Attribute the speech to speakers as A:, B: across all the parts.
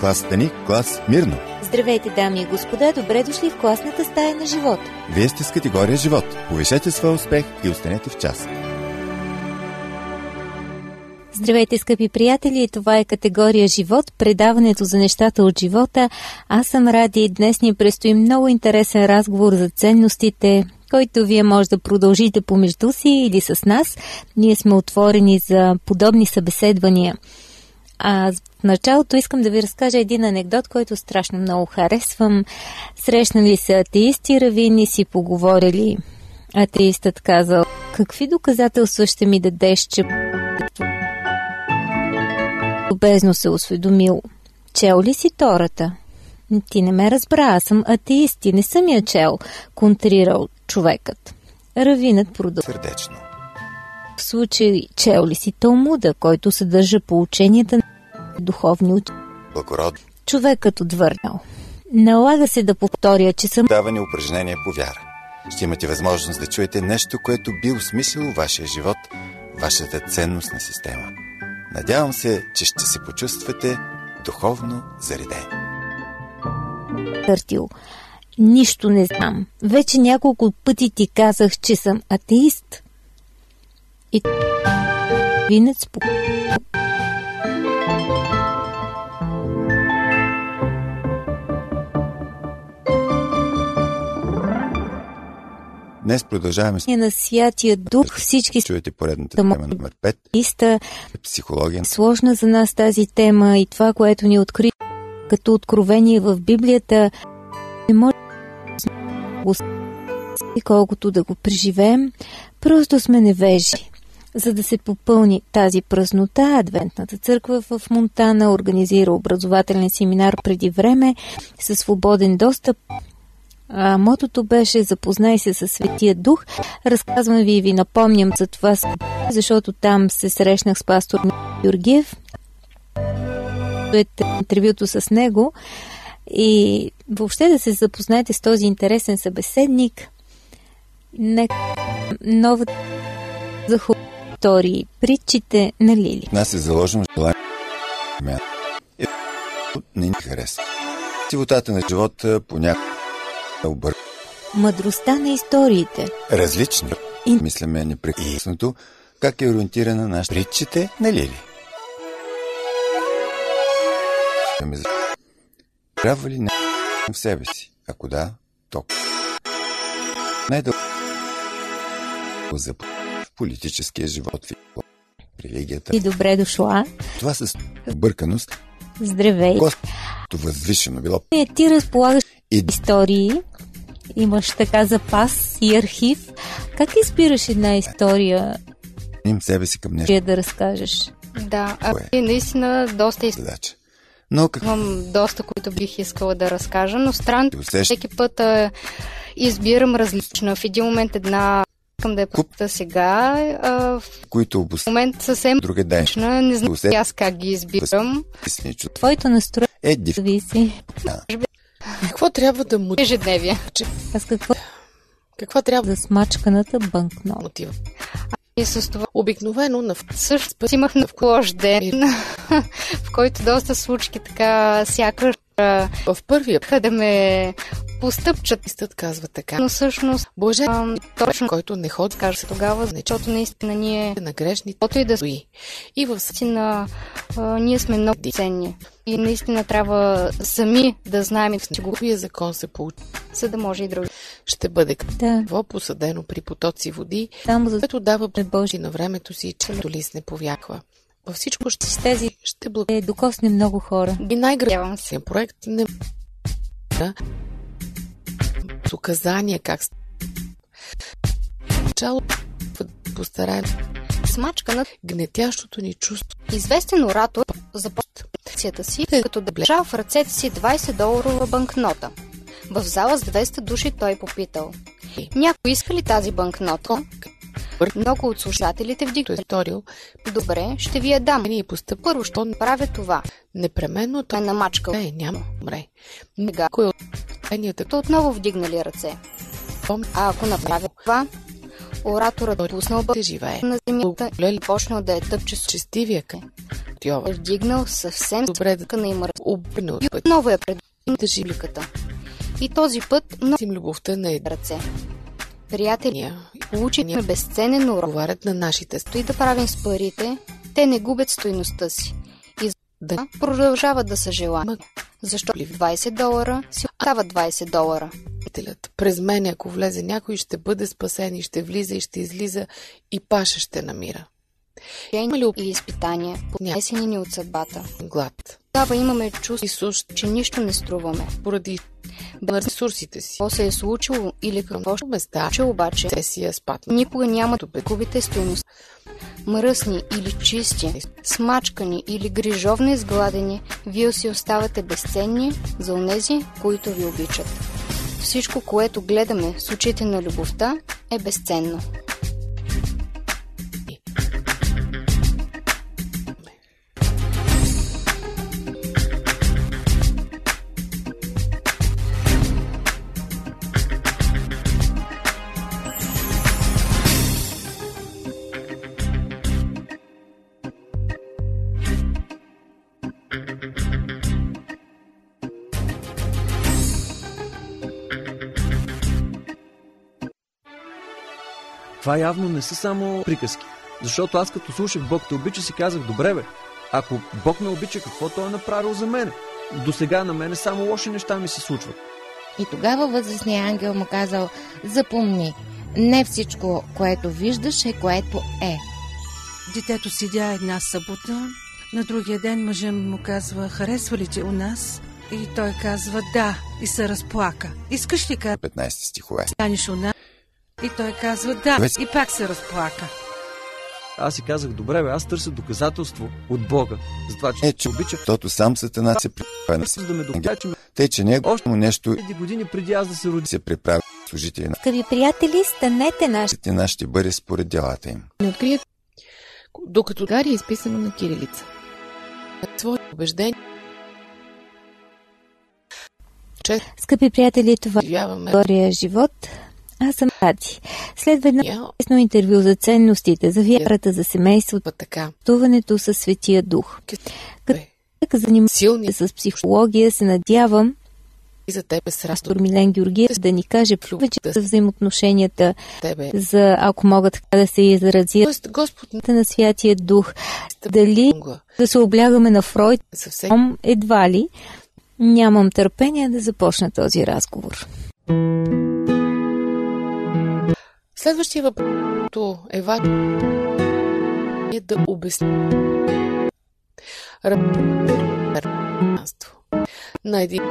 A: Клас Стани, клас Мирно.
B: Здравейте, дами и господа, добре дошли в класната стая на живот.
A: Вие сте с категория Живот. Повишете своя успех и останете в час.
B: Здравейте, скъпи приятели! Това е категория Живот, предаването за нещата от живота. Аз съм Ради и днес ни предстои много интересен разговор за ценностите, който вие може да продължите помежду си или с нас. Ние сме отворени за подобни събеседвания. А в началото искам да ви разкажа един анекдот, който страшно много харесвам. Срещнали се атеисти, равини си поговорили. Атеистът казал, какви доказателства ще ми дадеш, че любезно се осведомил. Чел ли си Тората? Ти не ме разбра, аз съм атеист и не съм я чел, контрирал човекът. Равинът продължи.
A: Сърдечно.
B: В случай чел ли си Талмуда, който съдържа поученията на духовни учени?
A: Благородно.
B: Човекът отвърнал. Налага се да повторя, че съм
A: Даване упражнение по вяра. Ще имате възможност да чуете нещо, което би осмислило вашия живот, вашата ценностна система. Надявам се, че ще се почувствате духовно заредени.
B: търтил. Нищо не знам. Вече няколко пъти ти казах, че съм атеист. И винец по...
A: Днес продължаваме с
B: на Святия Дух всички са
A: чуете поредната
B: Само-
A: тема номер 5
B: атеиста.
A: психология.
B: Сложна за нас тази тема и това, което ни откри като откровение в Библията, не може да го и колкото да го преживеем, просто сме невежи. За да се попълни тази празнота, Адвентната църква в Монтана организира образователен семинар преди време със свободен достъп. А, мотото беше Запознай се със Светия Дух. Разказвам ви и ви напомням за това, защото там се срещнах с пастор Георгиев. След интервюто с него и въобще да се запознаете с този интересен събеседник. Нека новата за истории, притчите на Лили.
A: В нас е заложено желание. Мя. И не ни харесва. Сивотата на живота понякога е обър...
B: Мъдростта на историите.
A: Различни.
B: И-
A: Мисляме непрекъснато е как е ориентирана на притчите нали на Лили. Ами за- Трябва ли не в себе си? Ако да, то. Най-дълго за в политическия живот, в религията.
B: И добре дошла.
A: Това с бърканост,
B: Здравей.
A: костото възвишено било
B: Е, Ти разполагаш
A: и
B: истории. Имаш така запас и архив. Как избираш една история
A: дним себе си към нещо
B: да я да разкажеш?
C: Да, а
A: Кое?
C: и наистина доста из-
A: задача. Но какво
C: имам доста, които бих искала да разкажа, но странно,
A: ти усещаш?
C: всеки път а, избирам различна. В един момент една искам да я
A: Куп.
C: пута сега, а, в
A: които обосна
C: момент съвсем
A: друга ден.
C: различна, не знам
A: Усе-
C: и аз как ги избирам.
A: Писничо.
B: Твоето настроение
A: Е, див.
B: зависи.
D: Какво трябва да му
C: Ежедневие.
B: А с какво
D: Каква трябва да
B: за смачканата банкнота?
D: мотива?
C: И с това
D: Обикновено на в-
C: също път имах на лош ден, в който доста случки така сякаш а,
D: в първия
C: искаха да ме постъпчат,
D: пистът казва така.
C: но всъщност
D: Боже,
C: ам, точно
D: който не ходи, е
C: каже се тогава, защото наистина ние
D: на грешните
C: каквото и да
D: стои. И в с-
C: наистина а, ние сме много ценни. И наистина трябва сами да знаем,
D: в неговия закон се получи.
C: за да може и други.
D: Ще бъде
B: Да,
D: какво посадено при потоци води,
B: само за
D: което дава
B: Е, Боже.
D: Божи на времето си, че лист не повяква. Във всичко ще,
B: че тези
D: ще благодаря.
B: е докосне много хора.
D: И най-граден
C: Надявам се.
D: проект не да. с указания как с- Чало постараем
C: Смачка на
D: гнетящото ни чувство.
C: известен оратор започва акцията си, като държа в ръцете си 20 доларова банкнота. В зала с 200 души той попитал. Някой иска ли тази банкнота? Много от слушателите
D: който е
C: вдигнали.
D: сторил, е
C: Добре, ще ви я дам.
D: и постъпва,
C: Първо ще направя това.
D: непременно
C: Той
D: той
C: е намачкал.
D: не, няма, умре. е
C: Сега,
D: Кой от тенията
C: то отново вдигнали ръце.
D: помни,
C: А ако направя това, Ораторът пуснал бъл
D: Те живее.
C: на земята и почнал да я тъпче с
D: Честивия към. Йова.
C: е вдигнал съвсем
D: Добре да
C: стъка на имър.
D: обърне от
C: И
D: път.
C: отново я пред
D: Да живи
C: публиката. И този път много
D: им любовта на
C: ръце. Приятели,
D: единия. И
C: получихме безценен урок.
D: Говорят на нашите ст-
C: Той да правим с парите, те не губят стойността си.
D: да
C: Продължават да са желани.
D: Ма-
C: Защо 20 долара си остава 20 долара?
D: мътелят. През мен, ако влезе някой, ще бъде спасен и ще влиза и ще излиза и паша ще намира.
C: Има ли и изпитания,
D: Ня-
C: поднесени ни от съдбата?
D: Глад.
C: Тогава имаме чувство,
D: Исус
C: че нищо не струваме.
D: поради на ресурсите си.
C: Какво се е случило или какво ще
D: Какво места,
C: случи обаче,
D: сесия спадна.
C: никога няма да губите стойност. Мръсни или чисти, смачкани или грижовно изгладени, вие си оставате безценни за онези, които ви обичат. Всичко, което гледаме с очите на любовта, е безценно.
E: Това явно не са само приказки. Защото аз като слушах Бог те обича си казах, добре бе, ако Бог ме обича, какво той е направил за мен? До сега на мене само лоши неща ми се случват.
F: И тогава възрастният ангел му казал, запомни, не всичко, което виждаш е което е.
G: Детето седя една събота, на другия ден мъжа му казва, харесва ли ти у нас? И той казва да и се разплака. Искаш ли да
A: 15 стихове.
G: каниш у нас? И той казва да и пак се разплака.
E: Аз си казах, добре бе, аз търся доказателство от Бога за това, че
A: Е, че обича, защото сам Сатана се приправя на
E: за
A: си.
E: да ме докажа, че
A: Тъй, че него
E: Още-
A: му нещо
E: преди години преди аз да се родя.
A: се приправя служители на
B: Скъпи приятели, станете наши.
A: Сатана ще бъде според делата им.
H: Не открият, докато Гари е изписано на кирилица.
D: Твое убеждение. Че
B: Скъпи приятели, това е
D: живяваме
B: Гория живот. Аз съм Ради. Следва едно
D: я
B: интересно интервю за ценностите, за вярата, за семейството,
D: па така.
B: пътуването със Светия Дух.
D: Бе,
B: Така занимавам
D: Силни
B: се с психология, се надявам
D: и за тебе с
B: пастор Милен Георгиев да ни каже повече за взаимоотношенията,
D: тебе.
B: за, ако мога така да се изразя,
D: Тоест, Господ не
B: на Святия Дух.
D: сте
B: Дали
D: мъгла.
B: да се облягаме на Фройд,
D: Съвсем
B: Ом, едва ли. Нямам търпение да започна този разговор.
D: Следващия въпрос който е важен е да обясни ръпнанство на един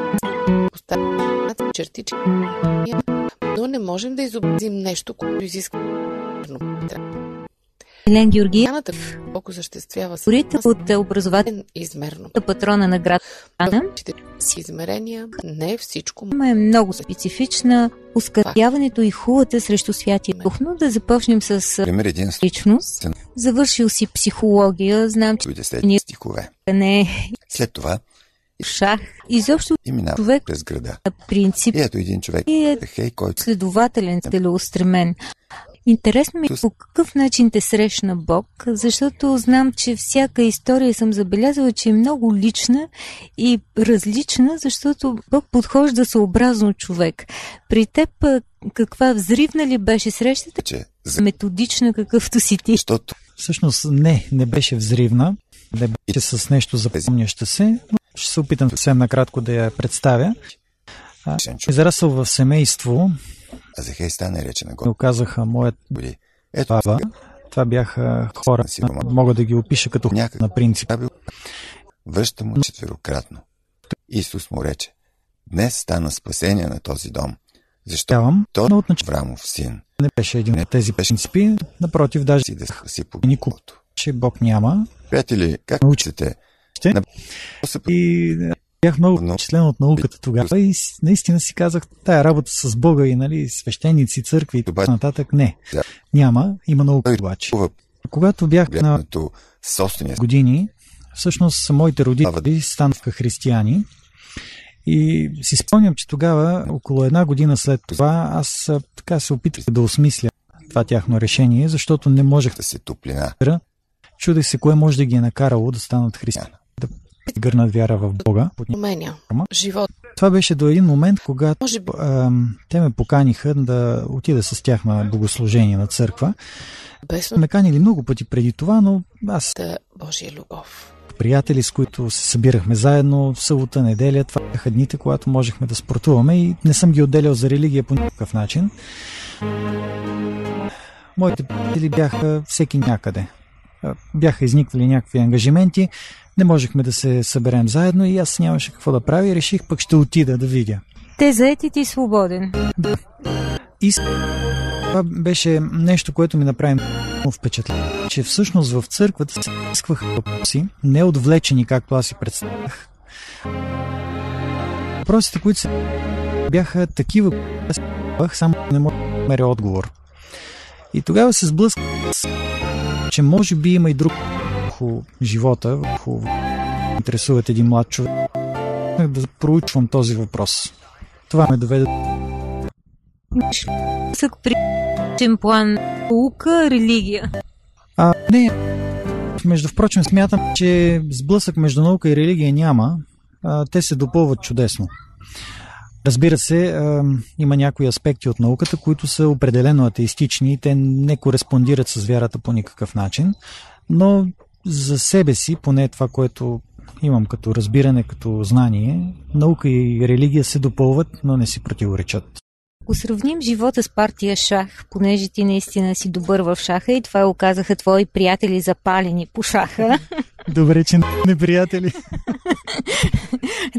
D: поставят чертички, но не можем да изобразим нещо, което изисква
B: Елен Георгиев,
D: Тяната колко съществява с
B: корител от а, образователната
D: измерно.
B: патрона на град Ана,
D: С измерения не е всичко
B: тема е много специфична. Ускъпяването и хулата срещу Святия Дух. Но да започнем с а,
A: Пример един с
B: личност. Завършил си психология, знам, че
A: дойде след
B: Ние-
A: стихове.
B: не е
A: След това
B: шах. Изобщо
A: и минава
B: Човек-
A: през града.
B: на принцип
A: И ето един човек,
B: и е
A: хей, който
B: следователен, целеустремен. Интересно ми е по какъв начин те срещна Бог, защото знам, че всяка история съм забелязала, че е много лична и различна, защото Бог подхожда съобразно човек. При теб а, каква взривна ли беше срещата?
A: че за...
B: Методична какъвто си ти.
A: Защото
I: Всъщност не, не беше взривна, не беше с нещо запомняща се, но ще се опитам съвсем накратко да я представя.
A: шен човек,
I: Израсъл в семейство,
A: а Захей стане е рече на
I: ме оказаха моят
A: Господи. Ето,
I: баба. Това е бяха хора, мога да ги опиша като хора
A: Някак-
I: на принцип.
A: е Павел връща му четверократно. Исус му рече, днес стана спасение на този дом, защото
I: Тявам,
A: той
I: но отначало
A: Врамов син
I: не беше един
A: Не
I: от тези
A: беше.
I: принципи, напротив, даже
A: си да спаси
I: Никого.
A: погибелото.
I: че Бог няма.
A: Приятели, как учите?
I: Ще.
A: На... се
I: И е, бях много
A: Но-
I: впечатлен от науката тогава и с- наистина си казах, тая работа с Бога и нали, свещеници, църкви и
A: Обаче-
I: така нататък, не.
A: Да.
I: Няма, има наука
A: Той
I: обаче.
A: чува
I: Когато бях на
A: погледнато собствения си
I: години, всъщност моите родители станаха християни. И си спомням, че тогава, около една година след това, аз а, така се опитах да осмисля това тяхно решение, защото не можех
A: да се топлина.
I: Чудех се кое може да ги е накарало да станат християни. Да гърнат вяра в Бога.
D: Променя. Живот.
I: Това беше до един момент, когато
D: Може би.
I: ам, те ме поканиха да отида с тях на богослужение на църква.
D: Без
I: Ме канили много пъти преди това, но аз
D: да Божия любов.
I: приятели, с които се събирахме заедно в събота, неделя. Това бяха дните, когато можехме да спортуваме и не съм ги отделял за религия по никакъв начин. Моите приятели бяха всеки някъде. А, Бяха изникнали някакви ангажименти, не можехме да се съберем заедно и аз нямаше какво да правя и реших пък ще отида да видя.
B: Те заети ти свободен.
I: И с- това беше нещо, което ми направи много впечатление, че всъщност в църквата се изискваха въпроси, не отвлечени, както аз си представях. Въпросите, които се бяха такива, които аз си задавах, само не мога да намеря отговор. И тогава се сблъсках с че може би има и друг върху живота, върху интересуват един млад човек, да проучвам този въпрос. Това ме доведе
B: Сък при чен план наука, религия.
I: А, не. Между впрочем, смятам, че сблъсък между наука и религия няма. А, те се допълват чудесно. Разбира се, а, има някои аспекти от науката, които са определено атеистични и те не кореспондират с вярата по никакъв начин. Но за себе си, поне това, което имам като разбиране, като знание, наука и религия се допълват, но не си противоречат.
B: Ако сравним живота с партия шах, понеже ти наистина си добър в шаха и това оказаха твои приятели запалени по шаха,
I: Добре, че не приятели.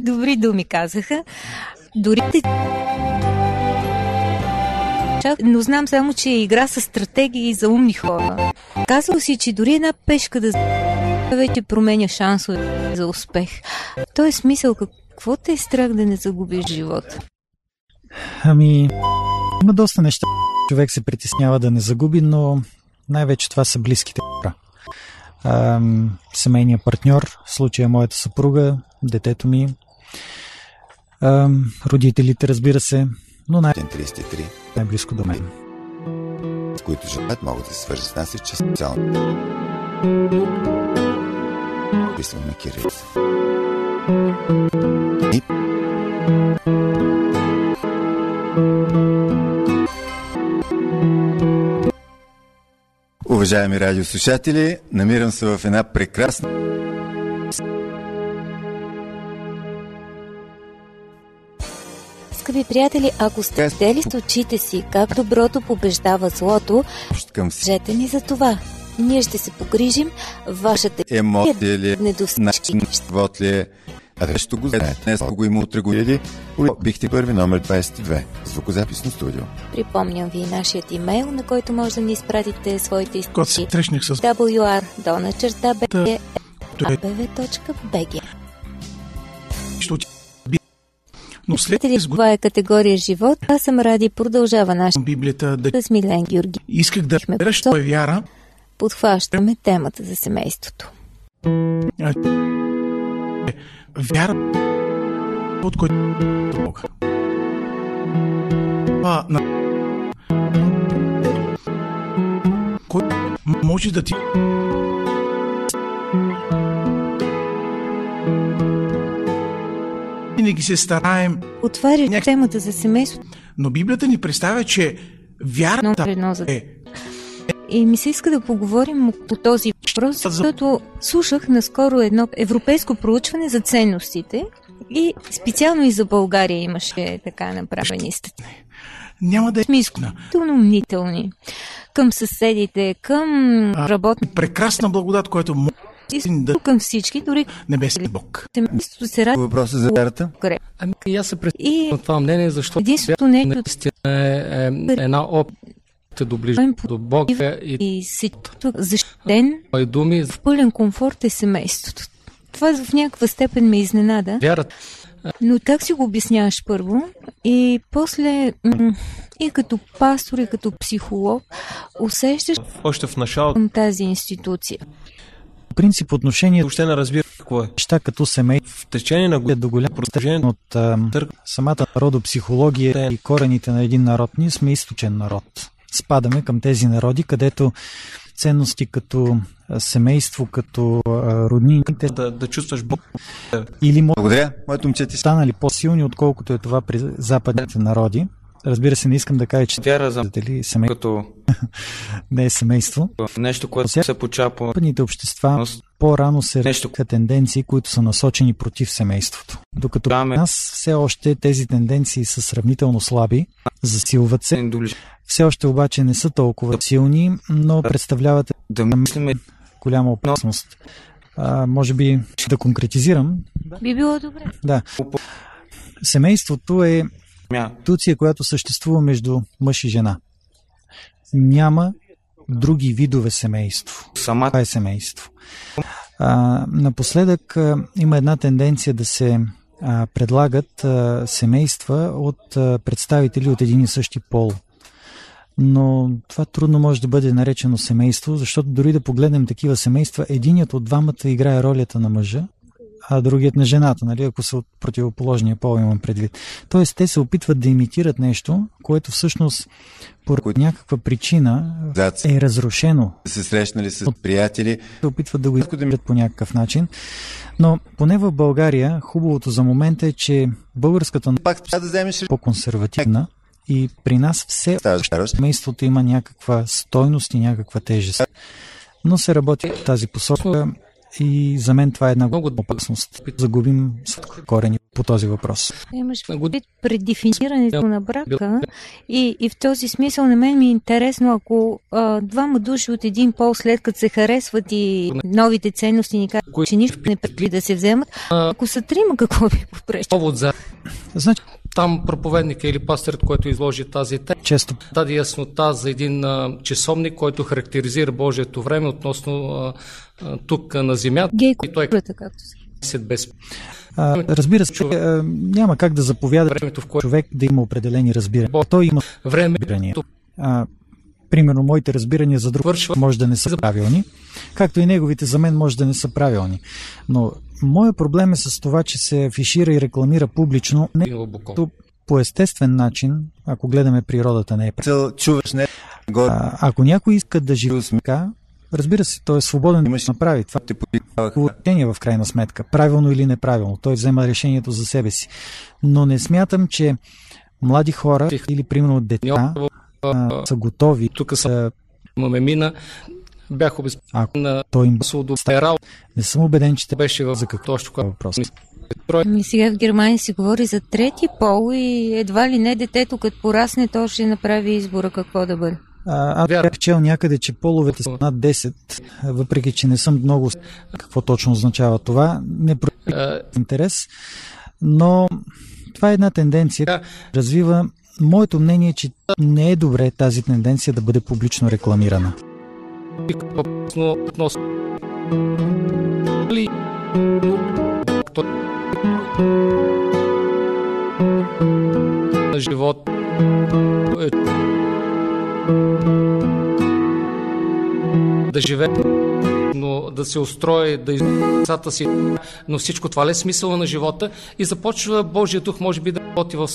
B: добри думи казаха, дори те... Шах, Но знам само, че е игра с стратегии за умни хора. Казал си, че дори една пешка да за- вече променя шансове за успех. В този смисъл, какво те е страх да не загубиш живота?
I: Ами, има доста неща. Човек се притеснява да не загуби, но най-вече това са близките хора. Ам, семейния партньор, в случая моята съпруга, детето ми, ам, родителите, разбира се, но най-
A: 33,
I: най-близко до мен.
A: с които желаят могат да се свържат с нас и чрез социалните. Писвам на Кирилица. И... Уважаеми радиослушатели, намирам се в една прекрасна
B: Скъпи приятели, ако сте
A: Без-
B: видели с очите си как доброто побеждава злото,
A: общ към всички
B: жете ни за това. Ние ще се погрижим, вашата
A: емоция ли е
B: недостатъчна
A: начин на живот ли е. А нещо го знаете, днес го има, утре го или бихте първи номер 22, звукозаписно студио.
B: Припомням ви и нашият имейл, на който може да ни изпратите своите
J: Кот се
B: истории.
J: трещних с
B: wr.bg
J: Та-
B: abv.bg
J: нищо. от- би- Но след
B: Приятели,
J: изготвям
B: Това е категория живот. Аз съм ради продължава нашата
J: Библията да
B: с Милен Георги.
J: исках да
B: Бихме
J: разбера, що е вяра.
B: Подхващаме темата за семейството.
J: Вяра, от който Бог. Това на... Кой може да ти... Винаги се стараем,
B: Отваря
J: Няк-
B: темата за семейството
J: но Библията ни представя, че
B: но
J: вярата
B: едно за
J: е
B: И ми се иска да поговорим по този въпрос, защото слушах наскоро едно европейско проучване за ценностите и специално и за България имаше така направени статистики.
J: няма да е
B: Изключително умнителни. Към съседите, към работни,
J: прекрасна благодат, която може да
B: към всички, дори
J: небесен Бог.
B: семейството се радва
A: Въпроса за вярата?
B: греб.
K: Ами и аз се представям
B: И
K: на това мнение, защото
B: единството нещо
K: наистина е, е една опит да доближи до Бога и
B: е и си тук защитен,
K: мои думи за
B: в пълен комфорт е семейството. Това в някаква степен ме изненада.
K: вярата.
B: Но как си го обясняваш първо? И после, м- и като пастор, и като психолог, усещаш
L: Още в началото
B: към тази институция.
I: По принцип отношението
L: въобще не разбирах какво е.
I: неща като семейство
L: В течение на
I: е
L: годините
I: до голям
L: продължение
I: степен от ам,
L: Търк-
I: самата народопсихология и корените на един народ. Ние сме източен народ. спадаме към тези народи, където ценности като семейство, като роднини.
L: Да, да чувстваш Бог.
I: Или може...
A: Благодаря, моето момче ти
I: станали по-силни, отколкото е това при западните народи. Разбира се, не искам да кажа, че е
M: вяра за
I: дали семей...
M: като
I: не е семейство.
M: Нещо, което Осяк... се почапа.
I: Западните общества по-рано се нещо... тенденции, които са насочени против семейството. Докато Даме... нас все още тези тенденции са сравнително слаби, засилват се. Все още обаче не са толкова силни, но представляват
M: да мислиме...
I: голяма опасност. А, може би ще да конкретизирам.
B: Би било добре.
I: Да. Семейството е институция, която съществува между мъж и жена. Няма други видове семейство.
M: Сама...
I: Това е семейство. А, напоследък а, има една тенденция да се а, предлагат а, семейства от а, представители от един и същи пол. Но това трудно може да бъде наречено семейство, защото дори да погледнем такива семейства, единият от двамата играе ролята на мъжа, а другият на жената, нали, ако са от противоположния пол, имам предвид. Тоест, те се опитват да имитират нещо, което всъщност поради някаква причина е разрушено.
A: Се срещнали с приятели.
I: Се опитват да го изкудят по някакъв начин. Но поне в България хубавото за момента е, че българската е
A: пак да вземеш
I: по-консервативна и при нас все семейството има някаква стойност и някаква тежест. Но се работи в тази посока. И за мен това е една много опасност. Загубим корени по този въпрос.
B: Имаш предвид пред дефинирането на брака и, и в този смисъл на мен ми е интересно, ако а, двама души от един пол след като се харесват и новите ценности ни казват, че нищо не предви да се вземат, ако са трима, какво би попречи?
K: Повод за...
I: Значи,
K: там проповедника или пастърът, който изложи тази тема,
I: често
K: даде яснота за един а, часовник, който характеризира Божието време относно а, а, тук а, на земята.
B: Гей, и той както
K: се без...
I: А, разбира се, човек, а, няма как да заповяда
K: времето, в което
I: човек да има определени разбирания. Той има
K: време.
J: е.
I: А, примерно, моите разбирания за друг Вършва. може да не са правилни, както и неговите за мен може да не са правилни. Но Моят проблем е с това, че се афишира и рекламира публично не по естествен начин, ако гледаме природата не е
A: Цел, чуваш не.
I: А, ако някой иска да живее така, разбира се, той е свободен Имаш... да направи това. Те в крайна сметка, правилно или неправилно. Той взема решението за себе си. Но не смятам, че млади хора или примерно дета а, са готови.
K: Тук са имаме мина бях обезпечен на
I: той им
K: судостерал.
I: Не съм убеден, че те
K: беше в
I: за какво
K: точно
I: е въпрос.
B: Ами сега в Германия се говори за трети пол и едва ли не детето, като порасне, то ще направи избора какво да бъде.
I: А, аз бях чел някъде, че половете са над 10, въпреки че не съм много какво точно означава това. Не проявих
K: Е,
I: интерес, но това е една тенденция. Развива моето мнение, е, че не е добре тази тенденция да бъде публично рекламирана
K: относно относно ли кто на живот да живее но да се устрои, да децата си, но всичко това ли е смисъла на живота и започва Божия дух, може би, да работи в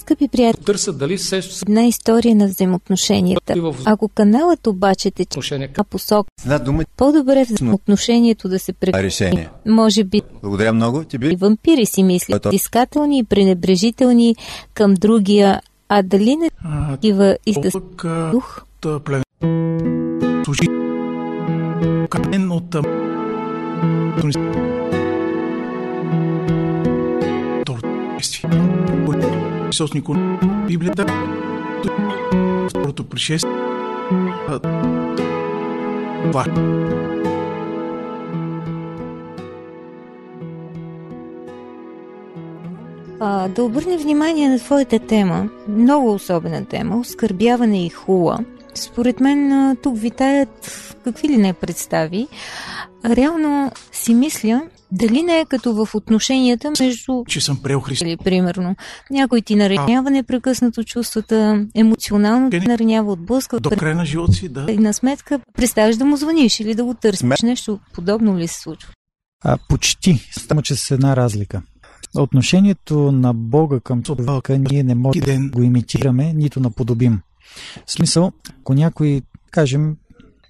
B: Скъпи приятели,
K: търсят дали все...
B: една история на взаимоотношенията. Ако каналът обаче те на посока,
A: дума...
B: по-добре взаимоотношението да се прекъсне.
A: Решение.
B: Може би...
A: Благодаря много. Ти би...
B: И вампири си мислят, Ето... искателни и пренебрежителни към другия, а дали не такива и да дух?
J: Служи камен от Исус Николай, Библията, второто пришествие, това.
B: А, да обърне внимание на твоята тема, много особена тема, оскърбяване и хула. Според мен тук витаят какви ли не представи. Реално си мисля, дали не е като в отношенията между...
J: Че съм прел Христос.
B: Примерно. Някой ти наранява непрекъснато чувствата, емоционално ти наранява, отблъска.
J: До края на живота си, да.
B: И на сметка представяш да му звъниш или да го търсиш. Нещо подобно ли се случва?
I: А, почти. Само, че с една разлика. Отношението на Бога към човека ние не можем да го имитираме, нито наподобим. В смисъл, ако някой, кажем,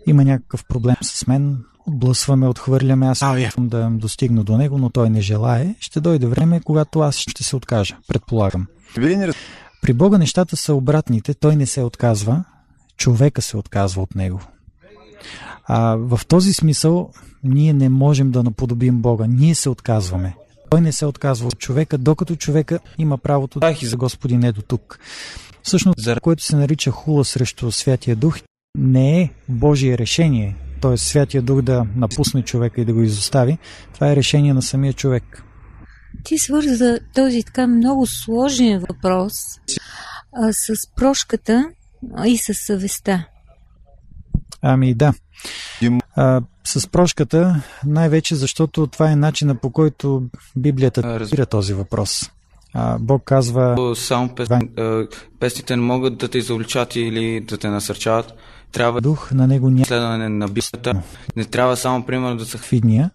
I: има някакъв проблем с мен, отблъсваме, отхвърляме, аз искам да достигна до него, но той не желае, ще дойде време, когато аз ще се откажа, предполагам. При Бога нещата са обратните, той не се отказва, човека се отказва от него. А, в този смисъл ние не можем да наподобим Бога, ние се отказваме. Той не се отказва от човека, докато човека има правото да за Господин е до тук. Всъщност, за което се нарича хула срещу Святия Дух, не е Божие решение, т.е. Святия Дух да напусне човека и да го изостави. Това е решение на самия човек.
B: Ти свърза този така много сложен въпрос а, с прошката и с съвестта.
I: Ами да. А, с прошката, най-вече защото това е начина по който Библията разбира този въпрос. А, Бог казва,
M: Само пес... е, песните не могат да те изобличат или да те насърчават. Трябва
I: дух на него няма
M: следване на бисата. Не трябва само, примерно, да се
I: в идния.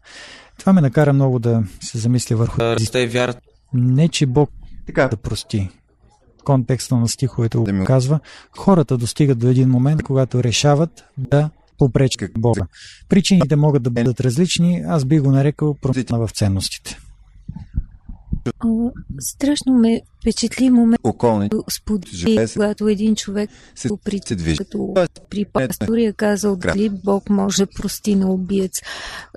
I: Това ме накара много да се замисля върху
M: да расте вярата.
I: Не, че Бог така. да прости. Контекста на стиховете го казва. Хората достигат до един момент, когато решават да попречкат Бога. Причините могат да бъдат различни, аз би го нарекал промяна в ценностите.
B: А, страшно ме впечатли момент,
A: Околни
B: сподели,
A: живее се-
B: когато един човек
A: се-
B: го при,
A: се движи.
B: като при пастория казал
A: Крат.
B: дали Бог може да прости на убиец.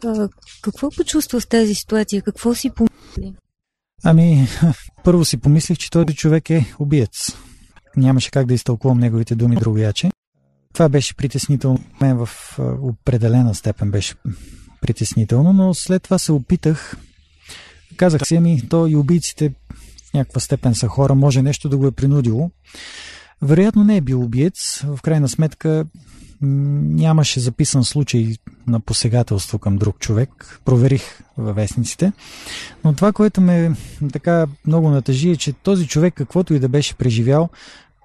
B: А, какво почувства в тази ситуация? Какво си помисли?
I: Ами, първо си помислих, че този човек е убиец. Нямаше как да изтълкувам неговите думи другояче. Това беше притеснително. Мен в а, определена степен беше притеснително, но след това се опитах. Казах си, ами, то и убийците в някаква степен са хора, може нещо да го е принудило. Вероятно не е бил убиец. В крайна сметка м, нямаше записан случай на посегателство към друг човек. Проверих във вестниците. Но това, което ме така много натъжи е, че този човек, каквото и да беше преживял,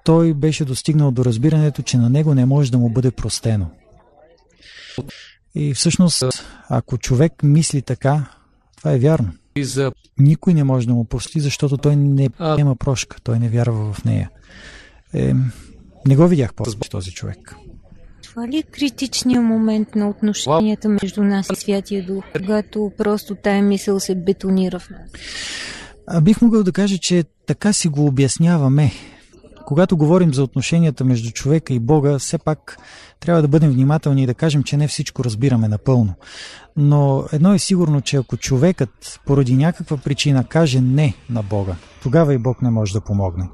I: той беше достигнал до разбирането, че на него не може да му бъде простено. И всъщност, ако човек мисли така, това е вярно.
K: И за
I: Никой не може да му прости, защото той не приема прошка, той не вярва в нея. Е, не го видях после този човек.
B: Това ли е критичният момент на отношенията между нас и Святия Дух, когато просто тая мисъл се бетонира в нас?
I: А бих могъл да кажа, че така си го обясняваме. Когато говорим за отношенията между човека и Бога, все пак трябва да бъдем внимателни и да кажем, че не всичко разбираме напълно. Но едно е сигурно, че ако човекът поради някаква причина каже не на Бога, тогава и Бог не може да помогне.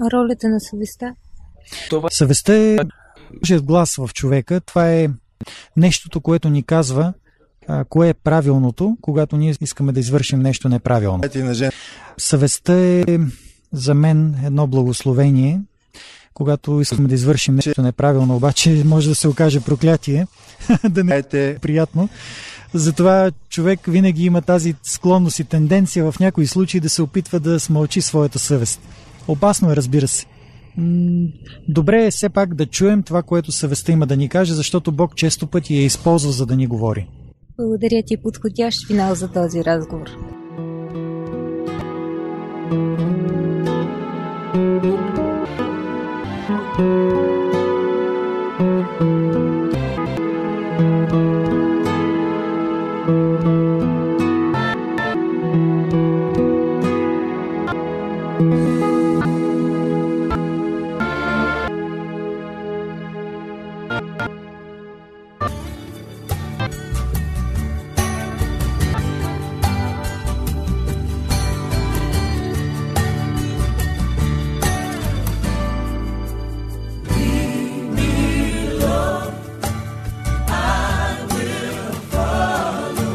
B: А Ролята на съвестта?
M: Това...
I: Съвестта е Божият глас в човека. Това е нещото, което ни казва а, кое е правилното, когато ние искаме да извършим нещо неправилно. Съвестта е за мен едно благословение. Когато искаме да извършим нещо неправилно, обаче може да се окаже проклятие, да не е приятно. Затова човек винаги има тази склонност и тенденция в някои случаи да се опитва да смълчи своята съвест. Опасно е, разбира се. М, Добре е все пак да чуем това, което съвестта има да ни каже, защото Бог често пъти я използва, за да ни говори.
B: Благодаря ти, подходящ финал за този разговор.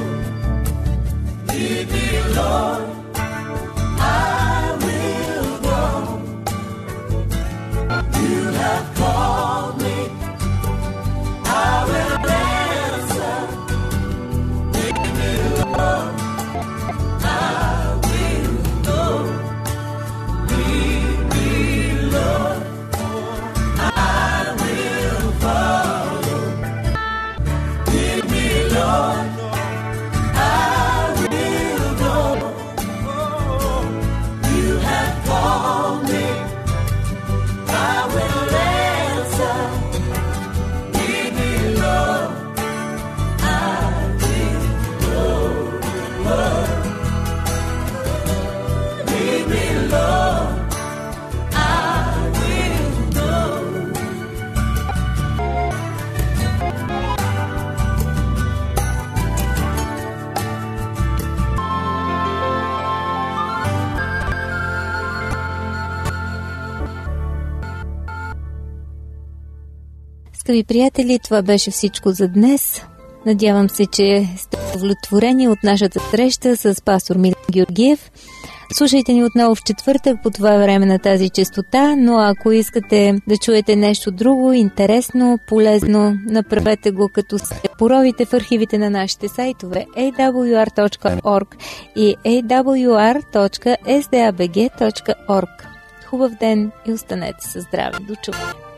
N: I will follow.
B: Скъпи приятели, това беше всичко за днес. Надявам се, че сте удовлетворени от нашата среща с пастор Милен Георгиев. Слушайте ни отново в четвъртък по това време на тази частота, но ако искате да чуете нещо друго, интересно, полезно, направете го като се поровите в архивите на нашите сайтове awr.org и awr.sdabg.org. Хубав ден и останете със здраве. До чуване!